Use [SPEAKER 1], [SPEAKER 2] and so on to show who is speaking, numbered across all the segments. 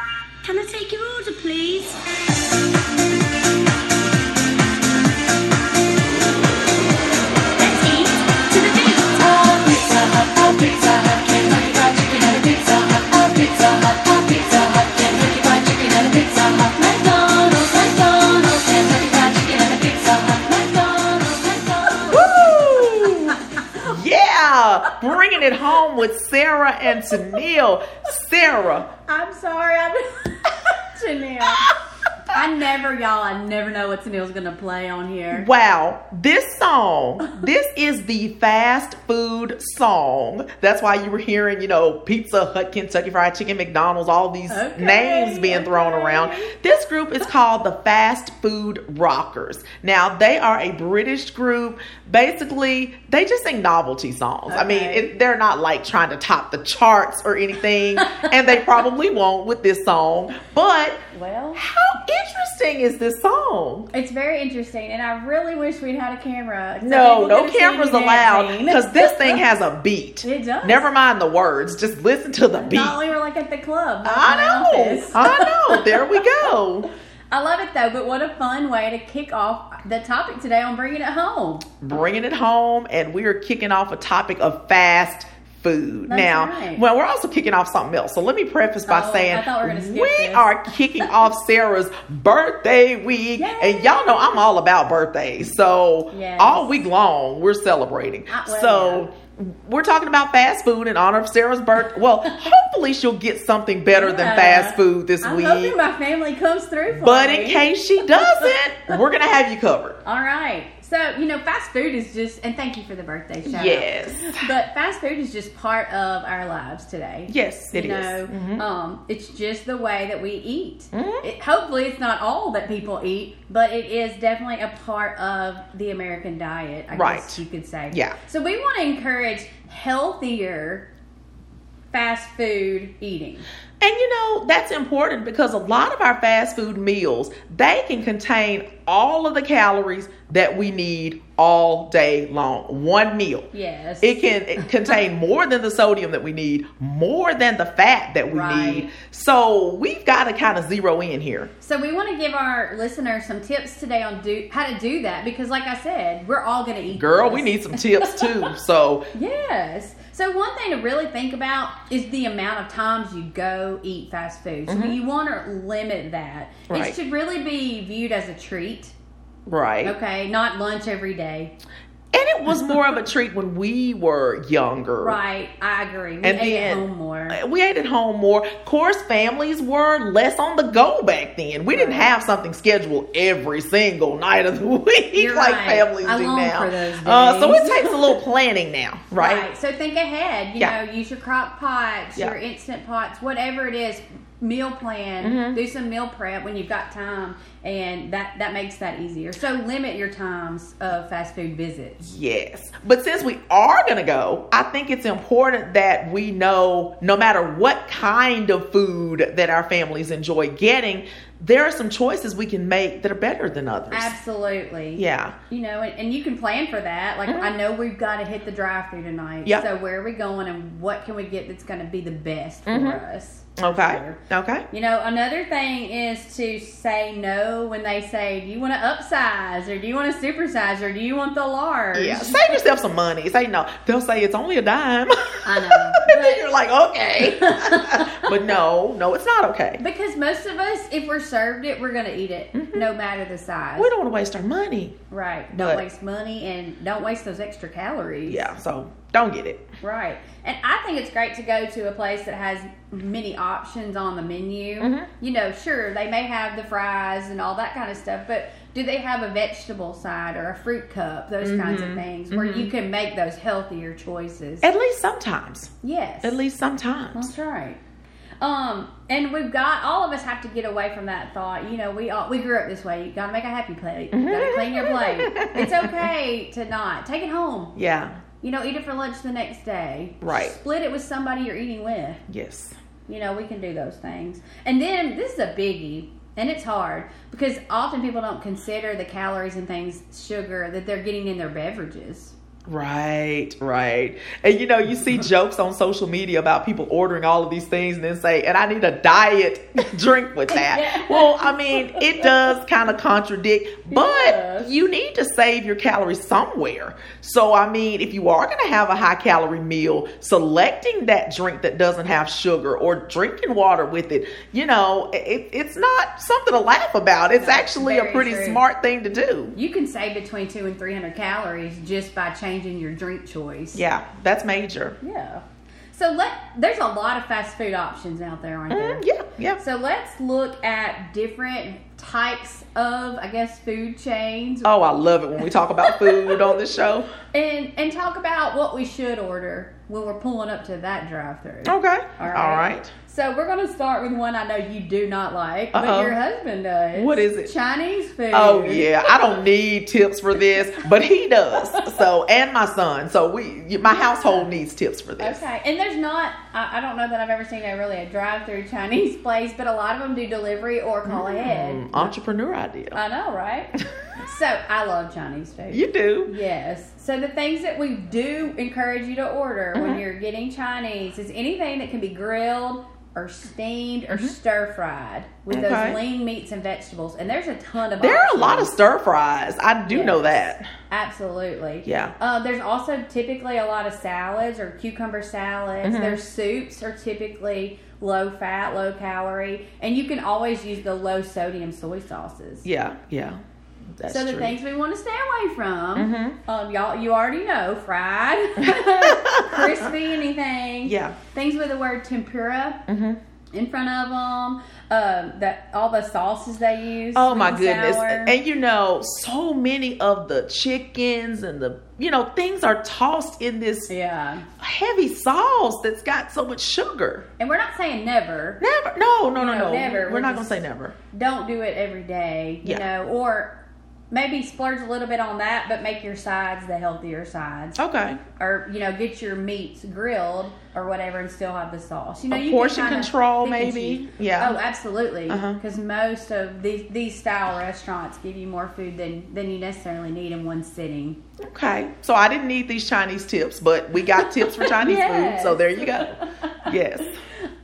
[SPEAKER 1] I take your order, please? Let's eat to the beat.
[SPEAKER 2] Yeah, bringing it home with Sarah and Tennille. Sarah,
[SPEAKER 3] I'm sorry, I'm Janelle. I never, y'all. I never know what Tennille's gonna play on here.
[SPEAKER 2] wow, this song, this is the fast food song. That's why you were hearing, you know, Pizza Hut, Kentucky Fried Chicken, McDonald's, all these
[SPEAKER 3] Okay,
[SPEAKER 2] names being thrown
[SPEAKER 3] okay.
[SPEAKER 2] around. This group is called the Fast Food Rockers. Now, they are a British group. Basically, they just sing novelty songs. I mean,
[SPEAKER 3] Okay.
[SPEAKER 2] it, they're not like trying to top the charts or anything, and they probably won't with this song. But
[SPEAKER 3] Well,
[SPEAKER 2] how interesting is this song?
[SPEAKER 3] it's very interesting, and I really wish we'd had a camera. so
[SPEAKER 2] No,
[SPEAKER 3] people
[SPEAKER 2] no
[SPEAKER 3] could've seen
[SPEAKER 2] cameras
[SPEAKER 3] you
[SPEAKER 2] allowed
[SPEAKER 3] dancing.
[SPEAKER 2] because this thing has a beat.
[SPEAKER 3] It does.
[SPEAKER 2] Never mind the words, just listen to the beat.
[SPEAKER 3] Not we were like at the club. not
[SPEAKER 2] I
[SPEAKER 3] in my
[SPEAKER 2] know.
[SPEAKER 3] office.
[SPEAKER 2] I know. There we go.
[SPEAKER 3] I love it though, but what a fun way to kick off the topic today on bringing it home.
[SPEAKER 2] bringing it home, and we are kicking off a topic of fast food.
[SPEAKER 3] That's
[SPEAKER 2] now,
[SPEAKER 3] right.
[SPEAKER 2] well, we're also kicking off something else. So let me preface by
[SPEAKER 3] Oh, I
[SPEAKER 2] saying
[SPEAKER 3] thought we were gonna skip
[SPEAKER 2] we
[SPEAKER 3] this.
[SPEAKER 2] are kicking off Sarah's birthday week,
[SPEAKER 3] Yay.
[SPEAKER 2] and y'all know I'm all about birthdays. So
[SPEAKER 3] Yes.
[SPEAKER 2] all week long we're celebrating.
[SPEAKER 3] I- well,
[SPEAKER 2] so. We're talking about fast food in honor of Sarah's birth. Well, hopefully she'll get something better than
[SPEAKER 3] Yeah.
[SPEAKER 2] fast food this
[SPEAKER 3] I'm
[SPEAKER 2] week.
[SPEAKER 3] hoping my family comes through for
[SPEAKER 2] but
[SPEAKER 3] me.
[SPEAKER 2] in case she doesn't, we're gonna have you covered.
[SPEAKER 3] All right. So, you know, fast food is just, and thank you for the birthday shout out.
[SPEAKER 2] Yes.
[SPEAKER 3] But fast food is just part of our lives today.
[SPEAKER 2] Yes, it is. Mm-hmm.
[SPEAKER 3] you know, um, it's just the way that we eat.
[SPEAKER 2] Mhm.
[SPEAKER 3] It, hopefully, it's not all that people eat, but it is definitely a part of the American diet. I
[SPEAKER 2] Right.
[SPEAKER 3] guess you could say.
[SPEAKER 2] Yeah.
[SPEAKER 3] So we want to encourage healthier fast food eating.
[SPEAKER 2] And you know, that's important because a lot of our fast food meals, they can contain all of the calories that we need all day long. One meal.
[SPEAKER 3] Yes.
[SPEAKER 2] It can it contain more than the sodium that we need, more than the fat that we
[SPEAKER 3] Right.
[SPEAKER 2] need. So we've got to kind of zero in here.
[SPEAKER 3] So we want to give our listeners some tips today on do how to do that because, like I said, we're all going to eat.
[SPEAKER 2] Girl,
[SPEAKER 3] this.
[SPEAKER 2] we need some tips too. So
[SPEAKER 3] Yes. So one thing to really think about is the amount of times you go eat fast food. So you want to limit that.
[SPEAKER 2] Mm-hmm. Right.
[SPEAKER 3] It should really be viewed as a treat.
[SPEAKER 2] right.
[SPEAKER 3] Okay, not lunch every day.
[SPEAKER 2] And it was more of a treat when we were younger.
[SPEAKER 3] Right. I agree. We
[SPEAKER 2] And
[SPEAKER 3] ate at
[SPEAKER 2] then-
[SPEAKER 3] home more.
[SPEAKER 2] we ate at home more. Of course, families were less on the go back then. We didn't
[SPEAKER 3] Right.
[SPEAKER 2] have something scheduled every single night of the week
[SPEAKER 3] You're
[SPEAKER 2] like
[SPEAKER 3] right.
[SPEAKER 2] families
[SPEAKER 3] I
[SPEAKER 2] do
[SPEAKER 3] long
[SPEAKER 2] now.
[SPEAKER 3] for those
[SPEAKER 2] Uh, so it
[SPEAKER 3] days.
[SPEAKER 2] takes a little planning now, right?
[SPEAKER 3] So think ahead. You
[SPEAKER 2] Yeah.
[SPEAKER 3] know, use your crock pots,
[SPEAKER 2] Yeah.
[SPEAKER 3] your instant pots, whatever it is. Meal plan.
[SPEAKER 2] Mm-hmm.
[SPEAKER 3] Do some meal prep when you've got time, and that that makes that easier. So limit your times of fast food visits.
[SPEAKER 2] Yes. But since we are going to go, I think it's important that we know no matter what kind of food that our families enjoy getting, there are some choices we can make that are better than others.
[SPEAKER 3] Absolutely.
[SPEAKER 2] Yeah. Mm-hmm.
[SPEAKER 3] You know, and, and you can plan for that. Like, I know we've got to hit the drive through tonight.
[SPEAKER 2] Yeah.
[SPEAKER 3] So, where are we going and what can we get that's going to be the best for
[SPEAKER 2] Mm-hmm.
[SPEAKER 3] us? for
[SPEAKER 2] Okay.
[SPEAKER 3] sure.
[SPEAKER 2] Okay.
[SPEAKER 3] You know, another thing is to say no when they say, do you want to upsize or do you want to supersize or do you want the large?
[SPEAKER 2] Yeah, save yourself some money. Say no. They'll say it's only a dime.
[SPEAKER 3] I know,
[SPEAKER 2] and then
[SPEAKER 3] but-
[SPEAKER 2] you're like, okay. but no, no, it's not okay.
[SPEAKER 3] Because most of us, if we're served it, we're going to eat it no matter the size.
[SPEAKER 2] We don't want to waste our money.
[SPEAKER 3] right. Don't
[SPEAKER 2] but-
[SPEAKER 3] waste money and don't waste those extra calories.
[SPEAKER 2] Yeah, so don't get it.
[SPEAKER 3] Right. And I think it's great to go to a place that has many options on the menu.
[SPEAKER 2] Mm-hmm.
[SPEAKER 3] You know, sure, they may have the fries and all that kind of stuff, but do they have a vegetable side or a fruit cup, those kinds of things, where you can make those healthier choices?
[SPEAKER 2] Mm-hmm. At least sometimes.
[SPEAKER 3] yes.
[SPEAKER 2] At least sometimes.
[SPEAKER 3] That's right. Um, and we've got all of us have to get away from that thought. You know, we all we grew up this way. You gotta make a happy plate. You gotta clean your plate. It's okay to not take it home.
[SPEAKER 2] Yeah.
[SPEAKER 3] You know, eat it for lunch the next day.
[SPEAKER 2] Right.
[SPEAKER 3] Split it with somebody you're eating with.
[SPEAKER 2] Yes.
[SPEAKER 3] You know, we can do those things. And then this is a biggie, and it's hard because often people don't consider the calories and things, sugar that they're getting in their beverages.
[SPEAKER 2] Right, right. And you know, you see jokes on social media about people ordering all of these things and then say, and I need a diet drink with that.
[SPEAKER 3] Yeah.
[SPEAKER 2] Well, I mean, it does kind of contradict, but
[SPEAKER 3] Yes.
[SPEAKER 2] you need to save your calories somewhere. So, I mean, if you are going to have a high calorie meal, selecting that drink that doesn't have sugar or drinking water with it, you know, it, it's not something to laugh about. It's
[SPEAKER 3] No,
[SPEAKER 2] actually a
[SPEAKER 3] very
[SPEAKER 2] pretty
[SPEAKER 3] true.
[SPEAKER 2] smart thing to do.
[SPEAKER 3] You can save between two and three hundred calories just by changing your drink choice.
[SPEAKER 2] Yeah, that's major.
[SPEAKER 3] Yeah. So let there's a lot of fast food options out there, aren't there?
[SPEAKER 2] Mm, yeah, yeah.
[SPEAKER 3] So let's look at different types of, I guess, food chains,
[SPEAKER 2] Oh, I love it when we talk about food on this show.
[SPEAKER 3] and and talk about what we should order when we're pulling up to that drive-through.
[SPEAKER 2] Okay. All right.
[SPEAKER 3] So we're gonna start with one I know you do not like,
[SPEAKER 2] Uh-oh.
[SPEAKER 3] but your husband does.
[SPEAKER 2] What is it?
[SPEAKER 3] Chinese food.
[SPEAKER 2] Oh yeah, I don't need tips for this, but he does. So, and my son. So we, my household needs tips for this.
[SPEAKER 3] Okay, and there's not, I, I don't know that I've ever seen a really a drive through Chinese place, but a lot of them do delivery or call ahead.
[SPEAKER 2] Mm, entrepreneur idea.
[SPEAKER 3] I know, right? so I love Chinese food.
[SPEAKER 2] You do.
[SPEAKER 3] Yes. So the things that we do encourage you to order
[SPEAKER 2] Uh-huh.
[SPEAKER 3] when you're getting Chinese is anything that can be grilled or steamed or stir fried with
[SPEAKER 2] Uh-huh. Okay.
[SPEAKER 3] those lean meats and vegetables. And there's a ton of
[SPEAKER 2] There are a
[SPEAKER 3] options.
[SPEAKER 2] lot of stir fries. I do know
[SPEAKER 3] Yes.
[SPEAKER 2] that.
[SPEAKER 3] Absolutely.
[SPEAKER 2] Yeah.
[SPEAKER 3] Uh, there's also typically a lot of salads or cucumber salads.
[SPEAKER 2] Uh-huh.
[SPEAKER 3] Their soups are typically low fat, low calorie, and you can always use the low sodium soy sauces.
[SPEAKER 2] Yeah, yeah. That's
[SPEAKER 3] so the
[SPEAKER 2] true. Mm-hmm.
[SPEAKER 3] things we want to stay away from, um, y'all, you already know, fried, crispy, anything.
[SPEAKER 2] Yeah. Mm-hmm.
[SPEAKER 3] Things with the word tempura. In front of them, um, that all the sauces they use.
[SPEAKER 2] Oh my
[SPEAKER 3] sweet and
[SPEAKER 2] goodness.
[SPEAKER 3] sour.
[SPEAKER 2] And you know, so many of the chickens and the, you know, things are tossed in this
[SPEAKER 3] yeah,
[SPEAKER 2] heavy sauce that's got so much sugar.
[SPEAKER 3] and we're not saying never.
[SPEAKER 2] Never. No, no, no, no.
[SPEAKER 3] No, never.
[SPEAKER 2] We're,
[SPEAKER 3] We're
[SPEAKER 2] not
[SPEAKER 3] just-
[SPEAKER 2] going to say never.
[SPEAKER 3] don't do it every day, you
[SPEAKER 2] Yeah.
[SPEAKER 3] know, or maybe splurge a little bit on that, but make your sides the healthier sides.
[SPEAKER 2] Okay.
[SPEAKER 3] Or, you know, get your meats grilled or whatever and still have the sauce. You know,
[SPEAKER 2] A
[SPEAKER 3] you
[SPEAKER 2] portion
[SPEAKER 3] can kinda
[SPEAKER 2] control,
[SPEAKER 3] pick and
[SPEAKER 2] maybe?
[SPEAKER 3] choose.
[SPEAKER 2] Yeah.
[SPEAKER 3] Oh, absolutely.
[SPEAKER 2] Uh-huh.
[SPEAKER 3] Because most of these, these style restaurants give you more food than, than you necessarily need in one sitting.
[SPEAKER 2] Okay. So I didn't need these Chinese tips, but we got tips for Chinese food. So
[SPEAKER 3] Yes.
[SPEAKER 2] there you go. Yes.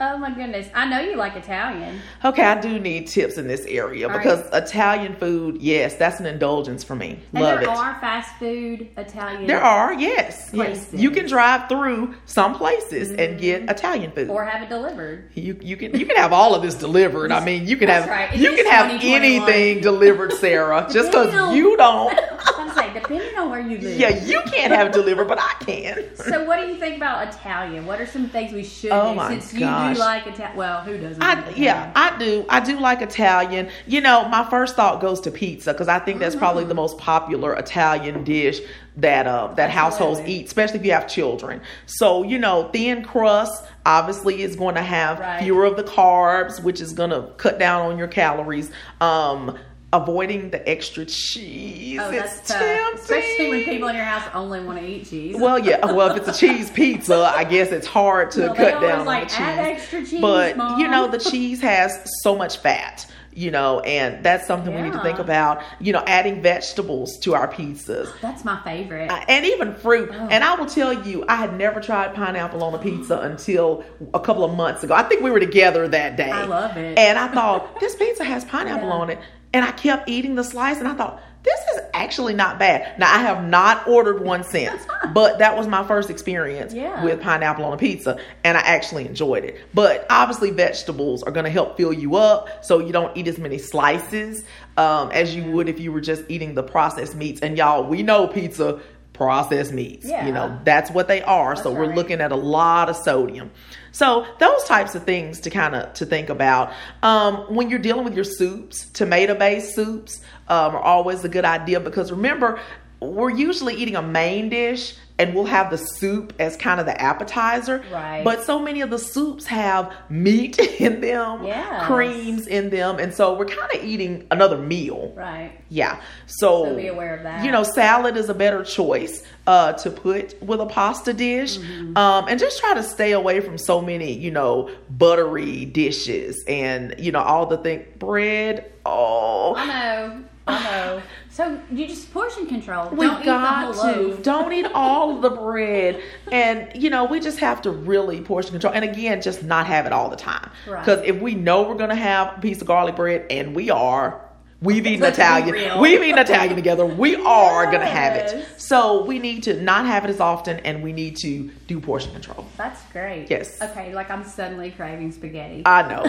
[SPEAKER 3] Oh, my goodness. I know you like Italian.
[SPEAKER 2] Okay, I do need tips in this area
[SPEAKER 3] All right.
[SPEAKER 2] because Italian food, yes, that's an indulgence for me.
[SPEAKER 3] And
[SPEAKER 2] Love
[SPEAKER 3] there
[SPEAKER 2] it.
[SPEAKER 3] are fast food Italian
[SPEAKER 2] There are, yes. yes.
[SPEAKER 3] Places. Mm-hmm.
[SPEAKER 2] You can drive through some places and get Italian food.
[SPEAKER 3] or have it delivered.
[SPEAKER 2] you you can you can have all of this delivered. I mean, you can
[SPEAKER 3] That's
[SPEAKER 2] have
[SPEAKER 3] right. It's
[SPEAKER 2] you can
[SPEAKER 3] just
[SPEAKER 2] have
[SPEAKER 3] 2021.
[SPEAKER 2] anything delivered, Sarah, just because
[SPEAKER 3] Damn.
[SPEAKER 2] you don't.
[SPEAKER 3] I'm saying, depending on where you live.
[SPEAKER 2] Yeah, you can't have it delivered, but I can.
[SPEAKER 3] So, what do you think about Italian? What are some things we should
[SPEAKER 2] Oh
[SPEAKER 3] do
[SPEAKER 2] my
[SPEAKER 3] since you
[SPEAKER 2] gosh.
[SPEAKER 3] do like Italian? Well, who doesn't? like
[SPEAKER 2] I,
[SPEAKER 3] Italian?
[SPEAKER 2] yeah, I do. I do like Italian. You know, my first thought goes to pizza because I think that's probably the most popular Italian dish that uh, that households
[SPEAKER 3] Absolutely.
[SPEAKER 2] eat, especially if you have children. So you know, thin crust obviously is going to have
[SPEAKER 3] Right.
[SPEAKER 2] fewer of the carbs, which is going to cut down on your calories. Um, avoiding the extra cheese.
[SPEAKER 3] Oh,
[SPEAKER 2] it's
[SPEAKER 3] that's tough.
[SPEAKER 2] tempting.
[SPEAKER 3] Especially when people in your house only want to eat cheese.
[SPEAKER 2] Well, yeah. uh, Well, if it's a cheese pizza, I guess it's hard to
[SPEAKER 3] Well, they
[SPEAKER 2] cut
[SPEAKER 3] always
[SPEAKER 2] down on
[SPEAKER 3] like,
[SPEAKER 2] the cheese.
[SPEAKER 3] "Add extra cheese,
[SPEAKER 2] but you
[SPEAKER 3] Mom."
[SPEAKER 2] know, the cheese has so much fat. You know, and that's something we need to
[SPEAKER 3] Yeah.
[SPEAKER 2] think about. You know, adding vegetables to our pizzas.
[SPEAKER 3] That's my favorite.
[SPEAKER 2] Uh, and even fruit.
[SPEAKER 3] Oh.
[SPEAKER 2] And I will tell you, I had never tried pineapple on a pizza until a couple of months ago. I think we were together that day.
[SPEAKER 3] I love it.
[SPEAKER 2] And I thought, this pizza has pineapple
[SPEAKER 3] Yeah.
[SPEAKER 2] on it. And I kept eating the slice and I thought, this is actually not bad. Now, I have not ordered one since, but that was my first experience
[SPEAKER 3] Yeah.
[SPEAKER 2] with pineapple on a pizza. And I actually enjoyed it. But obviously, vegetables are going to help fill you up so you don't eat as many slices um, as you would if you were just eating the processed meats. And y'all, we know pizza processed meats.
[SPEAKER 3] Yeah.
[SPEAKER 2] You know, that's what they are. so
[SPEAKER 3] That's
[SPEAKER 2] we're
[SPEAKER 3] right.
[SPEAKER 2] looking at a lot of sodium. So those types of things to kind of to think about. Um, when you're dealing with your soups, tomato-based soups um, are always a good idea because remember, we're usually eating a main dish and we'll have the soup as kind of the appetizer.
[SPEAKER 3] Right.
[SPEAKER 2] But so many of the soups have meat in them,
[SPEAKER 3] Yes.
[SPEAKER 2] creams in them, and so we're kind of eating another meal.
[SPEAKER 3] right.
[SPEAKER 2] Yeah. So,
[SPEAKER 3] So be aware of that.
[SPEAKER 2] You know, salad is a better choice uh, to put with a pasta dish.
[SPEAKER 3] Mm-hmm.
[SPEAKER 2] Um, and just try to stay away from so many, you know, buttery dishes and, you know, all the thing bread. Oh.
[SPEAKER 3] I know. I know. so you just portion control.
[SPEAKER 2] We
[SPEAKER 3] Don't eat the
[SPEAKER 2] got
[SPEAKER 3] whole loaf.
[SPEAKER 2] to. Don't eat all of the bread. And, you know, we just have to really portion control. And again, just not have it all the time.
[SPEAKER 3] Right.
[SPEAKER 2] Because if we know we're going to have a piece of garlic bread, and we are, we've eaten
[SPEAKER 3] Let's be
[SPEAKER 2] Italian.
[SPEAKER 3] real.
[SPEAKER 2] We've eaten Italian together. We are going to have it.
[SPEAKER 3] Yes.
[SPEAKER 2] So we need to not have it as often, and we need to do portion control.
[SPEAKER 3] That's great.
[SPEAKER 2] Yes.
[SPEAKER 3] Okay, like I'm suddenly craving spaghetti.
[SPEAKER 2] I know.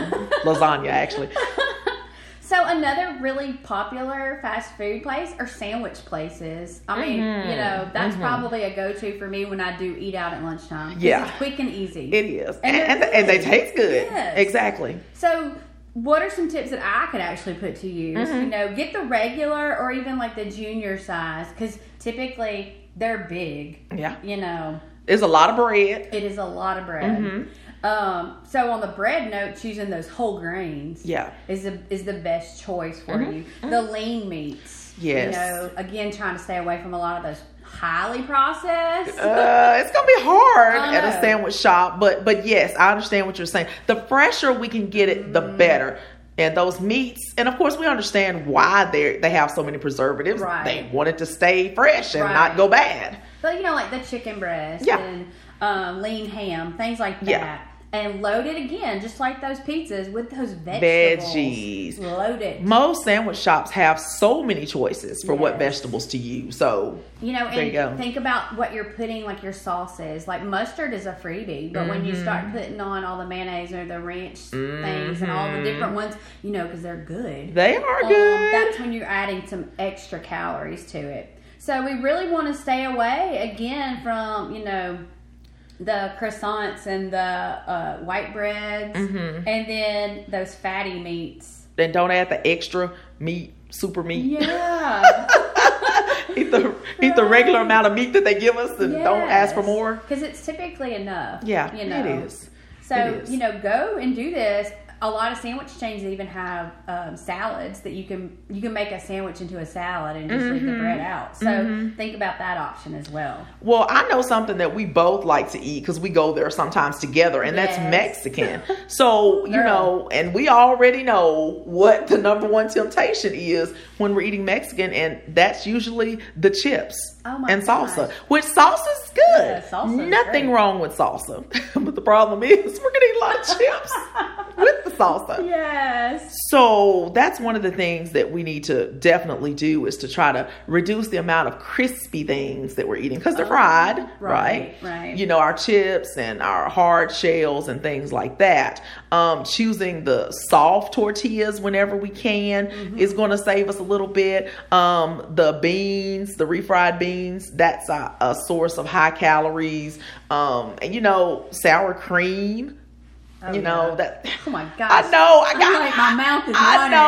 [SPEAKER 2] Lasagna, actually.
[SPEAKER 3] So another really popular fast food place are sandwich places. I mean,
[SPEAKER 2] Mm-hmm.
[SPEAKER 3] you know, that's probably a go-to for me when I do eat out at lunchtime. 'cause
[SPEAKER 2] Yeah.
[SPEAKER 3] it's quick and easy.
[SPEAKER 2] It is.
[SPEAKER 3] And
[SPEAKER 2] And,
[SPEAKER 3] they're
[SPEAKER 2] and, th- and they
[SPEAKER 3] good.
[SPEAKER 2] taste good.
[SPEAKER 3] Yes.
[SPEAKER 2] Exactly.
[SPEAKER 3] so, what are some tips that I could actually put to use?
[SPEAKER 2] Mm-hmm.
[SPEAKER 3] You know, get the regular or even like the junior size because typically they're big.
[SPEAKER 2] Yeah.
[SPEAKER 3] You know,
[SPEAKER 2] There's a lot of bread.
[SPEAKER 3] it is a lot of bread.
[SPEAKER 2] Mm-hmm.
[SPEAKER 3] Um, so on the bread note, choosing those whole grains.
[SPEAKER 2] Yeah. Mm-hmm.
[SPEAKER 3] is the is the best choice for you. The lean meats.
[SPEAKER 2] Yes.
[SPEAKER 3] You know, again, trying to stay away from a lot of those highly processed.
[SPEAKER 2] uh, it's gonna be hard
[SPEAKER 3] I
[SPEAKER 2] at a
[SPEAKER 3] know.
[SPEAKER 2] sandwich shop, but but yes, I understand what you're saying. The fresher we can get it, the
[SPEAKER 3] Mm.
[SPEAKER 2] better. And those meats, and of course, we understand why they they have so many preservatives.
[SPEAKER 3] Right.
[SPEAKER 2] They want it to stay fresh and
[SPEAKER 3] Right.
[SPEAKER 2] not go bad.
[SPEAKER 3] but you know, like the chicken breast
[SPEAKER 2] Yeah.
[SPEAKER 3] and um, lean ham, things like that.
[SPEAKER 2] Yeah.
[SPEAKER 3] And load it again, just like those pizzas with those vegetables.
[SPEAKER 2] Veggies.
[SPEAKER 3] Load it.
[SPEAKER 2] Most sandwich shops have so many choices for what
[SPEAKER 3] Yes.
[SPEAKER 2] vegetables to use. So
[SPEAKER 3] You know, and
[SPEAKER 2] There you go.
[SPEAKER 3] think about what you're putting, like your sauces. Like mustard is a freebie, but when you
[SPEAKER 2] Mm-hmm.
[SPEAKER 3] start putting on all the mayonnaise or the ranch things and all the different ones, you know, because they're good.
[SPEAKER 2] they are
[SPEAKER 3] um,
[SPEAKER 2] good.
[SPEAKER 3] that's when you're adding some extra calories to it. So we really want to stay away again from you know the croissants and the uh, white breads,
[SPEAKER 2] Mm-hmm.
[SPEAKER 3] and then those fatty meats.
[SPEAKER 2] then don't add the extra meat, super meat.
[SPEAKER 3] Yeah,
[SPEAKER 2] eat the eat the regular amount of meat that they give us, and don't ask for
[SPEAKER 3] Yes.
[SPEAKER 2] more.
[SPEAKER 3] because it's typically enough.
[SPEAKER 2] Yeah,
[SPEAKER 3] you know
[SPEAKER 2] it is.
[SPEAKER 3] So
[SPEAKER 2] It is.
[SPEAKER 3] you know, go and do this. A lot of sandwich chains even have um, salads that you can you can make a sandwich into a salad and just
[SPEAKER 2] Mm-hmm.
[SPEAKER 3] leave the bread out. So think about that option as well.
[SPEAKER 2] Well, I know something that we both like to eat because we go there sometimes together, and that's
[SPEAKER 3] Yes.
[SPEAKER 2] Mexican. So, you
[SPEAKER 3] Girl.
[SPEAKER 2] know, and we already know what the number one temptation is when we're eating Mexican, and that's usually the chips
[SPEAKER 3] Oh my
[SPEAKER 2] and salsa,
[SPEAKER 3] gosh.
[SPEAKER 2] which salsa's good.
[SPEAKER 3] Yeah, salsa's
[SPEAKER 2] Nothing
[SPEAKER 3] great.
[SPEAKER 2] wrong with salsa. but the problem is, we're going to eat a lot of chips with the salsa.
[SPEAKER 3] Yes.
[SPEAKER 2] So that's one of the things that we need to definitely do is to try to reduce the amount of crispy things that we're eating because they're fried, right,
[SPEAKER 3] right, right.
[SPEAKER 2] You know, our chips and our hard shells and things like that. Um, choosing the soft tortillas whenever we can is going to save us a little bit. Um, the beans, the refried beans, that's a, a source of high calories. Um, and you know, sour cream. you know
[SPEAKER 3] yeah.
[SPEAKER 2] that.
[SPEAKER 3] Oh my
[SPEAKER 2] I
[SPEAKER 3] gosh.
[SPEAKER 2] know. I
[SPEAKER 3] I'm
[SPEAKER 2] got
[SPEAKER 3] like, my mouth is
[SPEAKER 2] I
[SPEAKER 3] watering.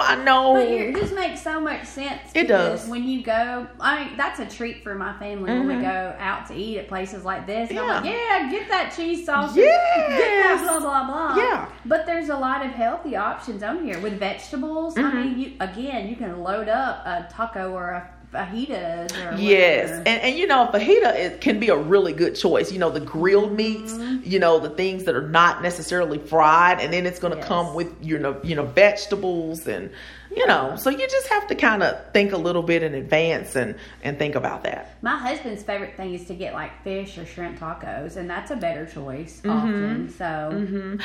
[SPEAKER 2] I know.
[SPEAKER 3] But here, it just makes so much sense.
[SPEAKER 2] It
[SPEAKER 3] because
[SPEAKER 2] does. Mm-hmm.
[SPEAKER 3] When you go, I mean, that's a treat for my family when we go out to eat at places like this. And I'm like,
[SPEAKER 2] Yeah.
[SPEAKER 3] yeah, get that cheese sauce.
[SPEAKER 2] Yes.
[SPEAKER 3] Get that blah, blah, blah.
[SPEAKER 2] Yeah.
[SPEAKER 3] But there's a lot of healthy options on here with vegetables. I
[SPEAKER 2] Mm-hmm.
[SPEAKER 3] mean, you again, you can load up a taco or a fajitas or
[SPEAKER 2] Yes,
[SPEAKER 3] whatever.
[SPEAKER 2] and and you know fajita it can be a really good choice. You know the
[SPEAKER 3] Mm-hmm.
[SPEAKER 2] grilled meats, you know the things that are not necessarily fried, and then it's going to
[SPEAKER 3] Yes.
[SPEAKER 2] come with you know you know vegetables and you know so you just have to kind of think a little bit in advance and and think about that.
[SPEAKER 3] My husband's favorite thing is to get like fish or shrimp tacos, and that's a better choice
[SPEAKER 2] Mm-hmm.
[SPEAKER 3] often. So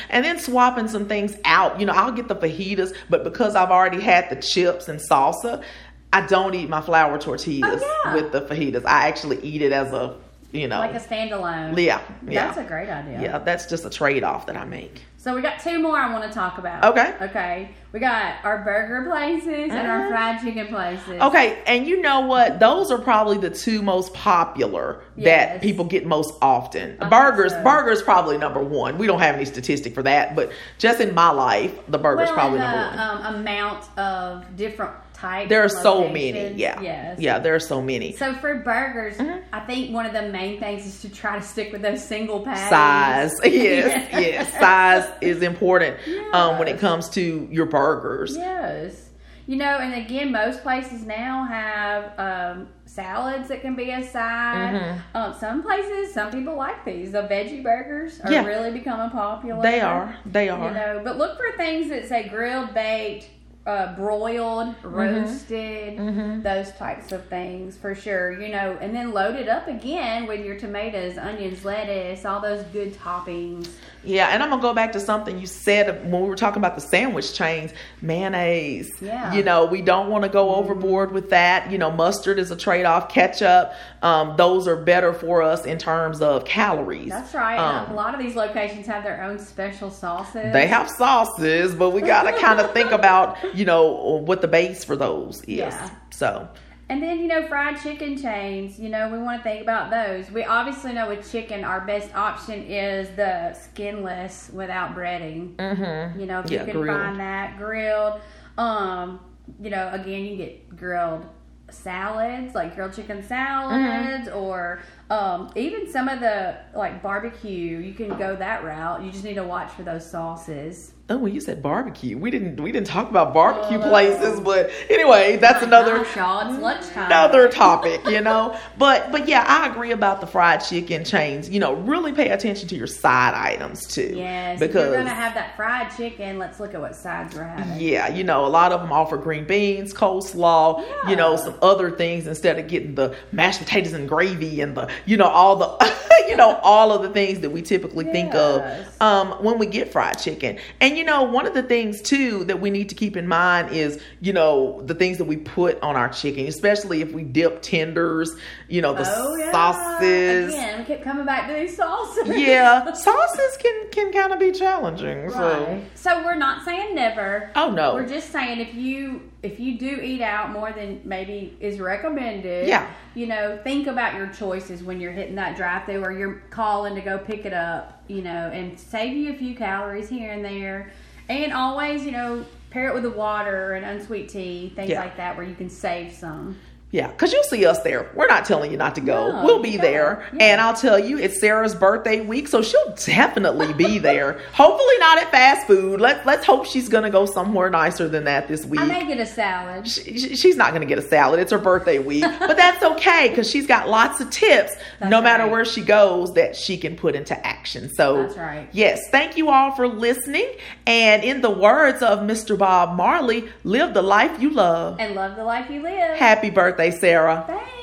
[SPEAKER 2] And then swapping some things out. You know I'll get the fajitas, but because I've already had the chips and salsa, I don't eat my flour tortillas
[SPEAKER 3] Oh, yeah.
[SPEAKER 2] with the fajitas. I actually eat it as a you know
[SPEAKER 3] like a standalone.
[SPEAKER 2] yeah yeah.
[SPEAKER 3] That's a great idea.
[SPEAKER 2] Yeah, that's just a trade off that I make.
[SPEAKER 3] So we got two more I want to talk about.
[SPEAKER 2] Okay.
[SPEAKER 3] Okay. We got our burger places and our
[SPEAKER 2] Mhm.
[SPEAKER 3] fried chicken places.
[SPEAKER 2] Okay, and you know what? Those are probably the two most popular
[SPEAKER 3] Yes.
[SPEAKER 2] that people get most often.
[SPEAKER 3] think
[SPEAKER 2] burgers,
[SPEAKER 3] so.
[SPEAKER 2] burgers probably number one. We don't have any statistic for that, but just in my life, the burgers
[SPEAKER 3] Well,
[SPEAKER 2] probably
[SPEAKER 3] and
[SPEAKER 2] number one.
[SPEAKER 3] the um, amount of different types.
[SPEAKER 2] there are
[SPEAKER 3] and
[SPEAKER 2] so many.
[SPEAKER 3] locations.
[SPEAKER 2] Yeah,
[SPEAKER 3] Yes.
[SPEAKER 2] yeah, Mm-hmm. there are so many.
[SPEAKER 3] So for burgers, I think one of the main things is to try to stick with those single patties.
[SPEAKER 2] size yes
[SPEAKER 3] Yeah.
[SPEAKER 2] yes size is important um, when it
[SPEAKER 3] Yes.
[SPEAKER 2] comes to your burgers
[SPEAKER 3] Yes. You know, and again, most places now have um, salads that can be a side.
[SPEAKER 2] Mm-hmm.
[SPEAKER 3] Um, some places, some people like these. The veggie burgers are
[SPEAKER 2] Yeah.
[SPEAKER 3] really becoming popular.
[SPEAKER 2] they are they
[SPEAKER 3] You
[SPEAKER 2] are
[SPEAKER 3] know, but look for things that say grilled, baked, uh, broiled,
[SPEAKER 2] Mm-hmm.
[SPEAKER 3] roasted, those types of things for sure. You know, and then load it up again with your tomatoes, onions, lettuce, all those good toppings.
[SPEAKER 2] Yeah, and I'm gonna go back to something you said when we were talking about the sandwich chains, mayonnaise.
[SPEAKER 3] Yeah. Mm-hmm.
[SPEAKER 2] You know, we don't want to go overboard with that. You know, mustard is a trade-off. Ketchup, um, those are better for us in terms of calories.
[SPEAKER 3] That's right.
[SPEAKER 2] Um,
[SPEAKER 3] and a lot of these locations have their own special sauces.
[SPEAKER 2] they have sauces, but we gotta kind of think about you know what the base for those is.
[SPEAKER 3] Yeah.
[SPEAKER 2] So
[SPEAKER 3] And then, you know, fried chicken chains, you know, we want to think about those. We obviously know with chicken, our best option is the skinless without breading. Mm-hmm. You know, if
[SPEAKER 2] Yeah,
[SPEAKER 3] you can
[SPEAKER 2] grilled.
[SPEAKER 3] find that grilled. Um, you know, again, you can get grilled salads, like grilled chicken salads,
[SPEAKER 2] Mm-hmm.
[SPEAKER 3] or um, even some of the like barbecue. You can go that route. You just need to watch for those sauces.
[SPEAKER 2] Oh, well, you said barbecue. We didn't we didn't talk about barbecue
[SPEAKER 3] Uh,
[SPEAKER 2] places, but anyway, that's another
[SPEAKER 3] Gosh, y'all, it's lunchtime.
[SPEAKER 2] another topic, you know. But but yeah, I agree about the fried chicken chains. You know, really pay attention to your side items too.
[SPEAKER 3] Yes, if
[SPEAKER 2] because
[SPEAKER 3] you're gonna have that fried chicken. Let's look at what sides we're having.
[SPEAKER 2] yeah, you know, a lot of them offer green beans, coleslaw, you know,
[SPEAKER 3] Yeah.
[SPEAKER 2] some other things instead of getting the mashed potatoes and gravy and the, you know, all the, you know, all of the things that we typically think
[SPEAKER 3] Yes.
[SPEAKER 2] of um, when we get fried chicken. And, you know, one of the things too that we need to keep in mind is, you know, the things that we put on our chicken, especially if we dip tenders, you know, the
[SPEAKER 3] oh yeah.
[SPEAKER 2] sauces.
[SPEAKER 3] Again, we kept coming back to these sauces.
[SPEAKER 2] Yeah, sauces can can kind of be challenging. So,
[SPEAKER 3] Right. So we're not saying never.
[SPEAKER 2] oh no,
[SPEAKER 3] We're just saying if you if you do eat out more than maybe is recommended,
[SPEAKER 2] Yeah.
[SPEAKER 3] you know, think about your choices when you're hitting that drive through or you're calling to go pick it up, you know, and save you a few calories here and there. And always, you know, pair it with the water and unsweet tea, things
[SPEAKER 2] Yeah.
[SPEAKER 3] like that where you can save some.
[SPEAKER 2] Yeah, because you'll see us there. We're not telling you not to go.
[SPEAKER 3] No,
[SPEAKER 2] we'll be
[SPEAKER 3] you don't.
[SPEAKER 2] there.
[SPEAKER 3] Yeah.
[SPEAKER 2] And I'll tell you, it's Sarah's birthday week, so she'll definitely be there. Hopefully not at fast food. Let, let's hope she's going to go somewhere nicer than that this week.
[SPEAKER 3] I may get a salad.
[SPEAKER 2] She- she- she's not going to get a salad. It's her birthday week. but that's okay because she's got lots of tips,
[SPEAKER 3] That's
[SPEAKER 2] no matter
[SPEAKER 3] right.
[SPEAKER 2] where she goes, that she can put into action. So,
[SPEAKER 3] That's right.
[SPEAKER 2] yes, thank you all for listening. And in the words of Mr. Bob Marley, live the life you love.
[SPEAKER 3] And love the life you live.
[SPEAKER 2] Happy birthday, Sarah.
[SPEAKER 3] Thanks.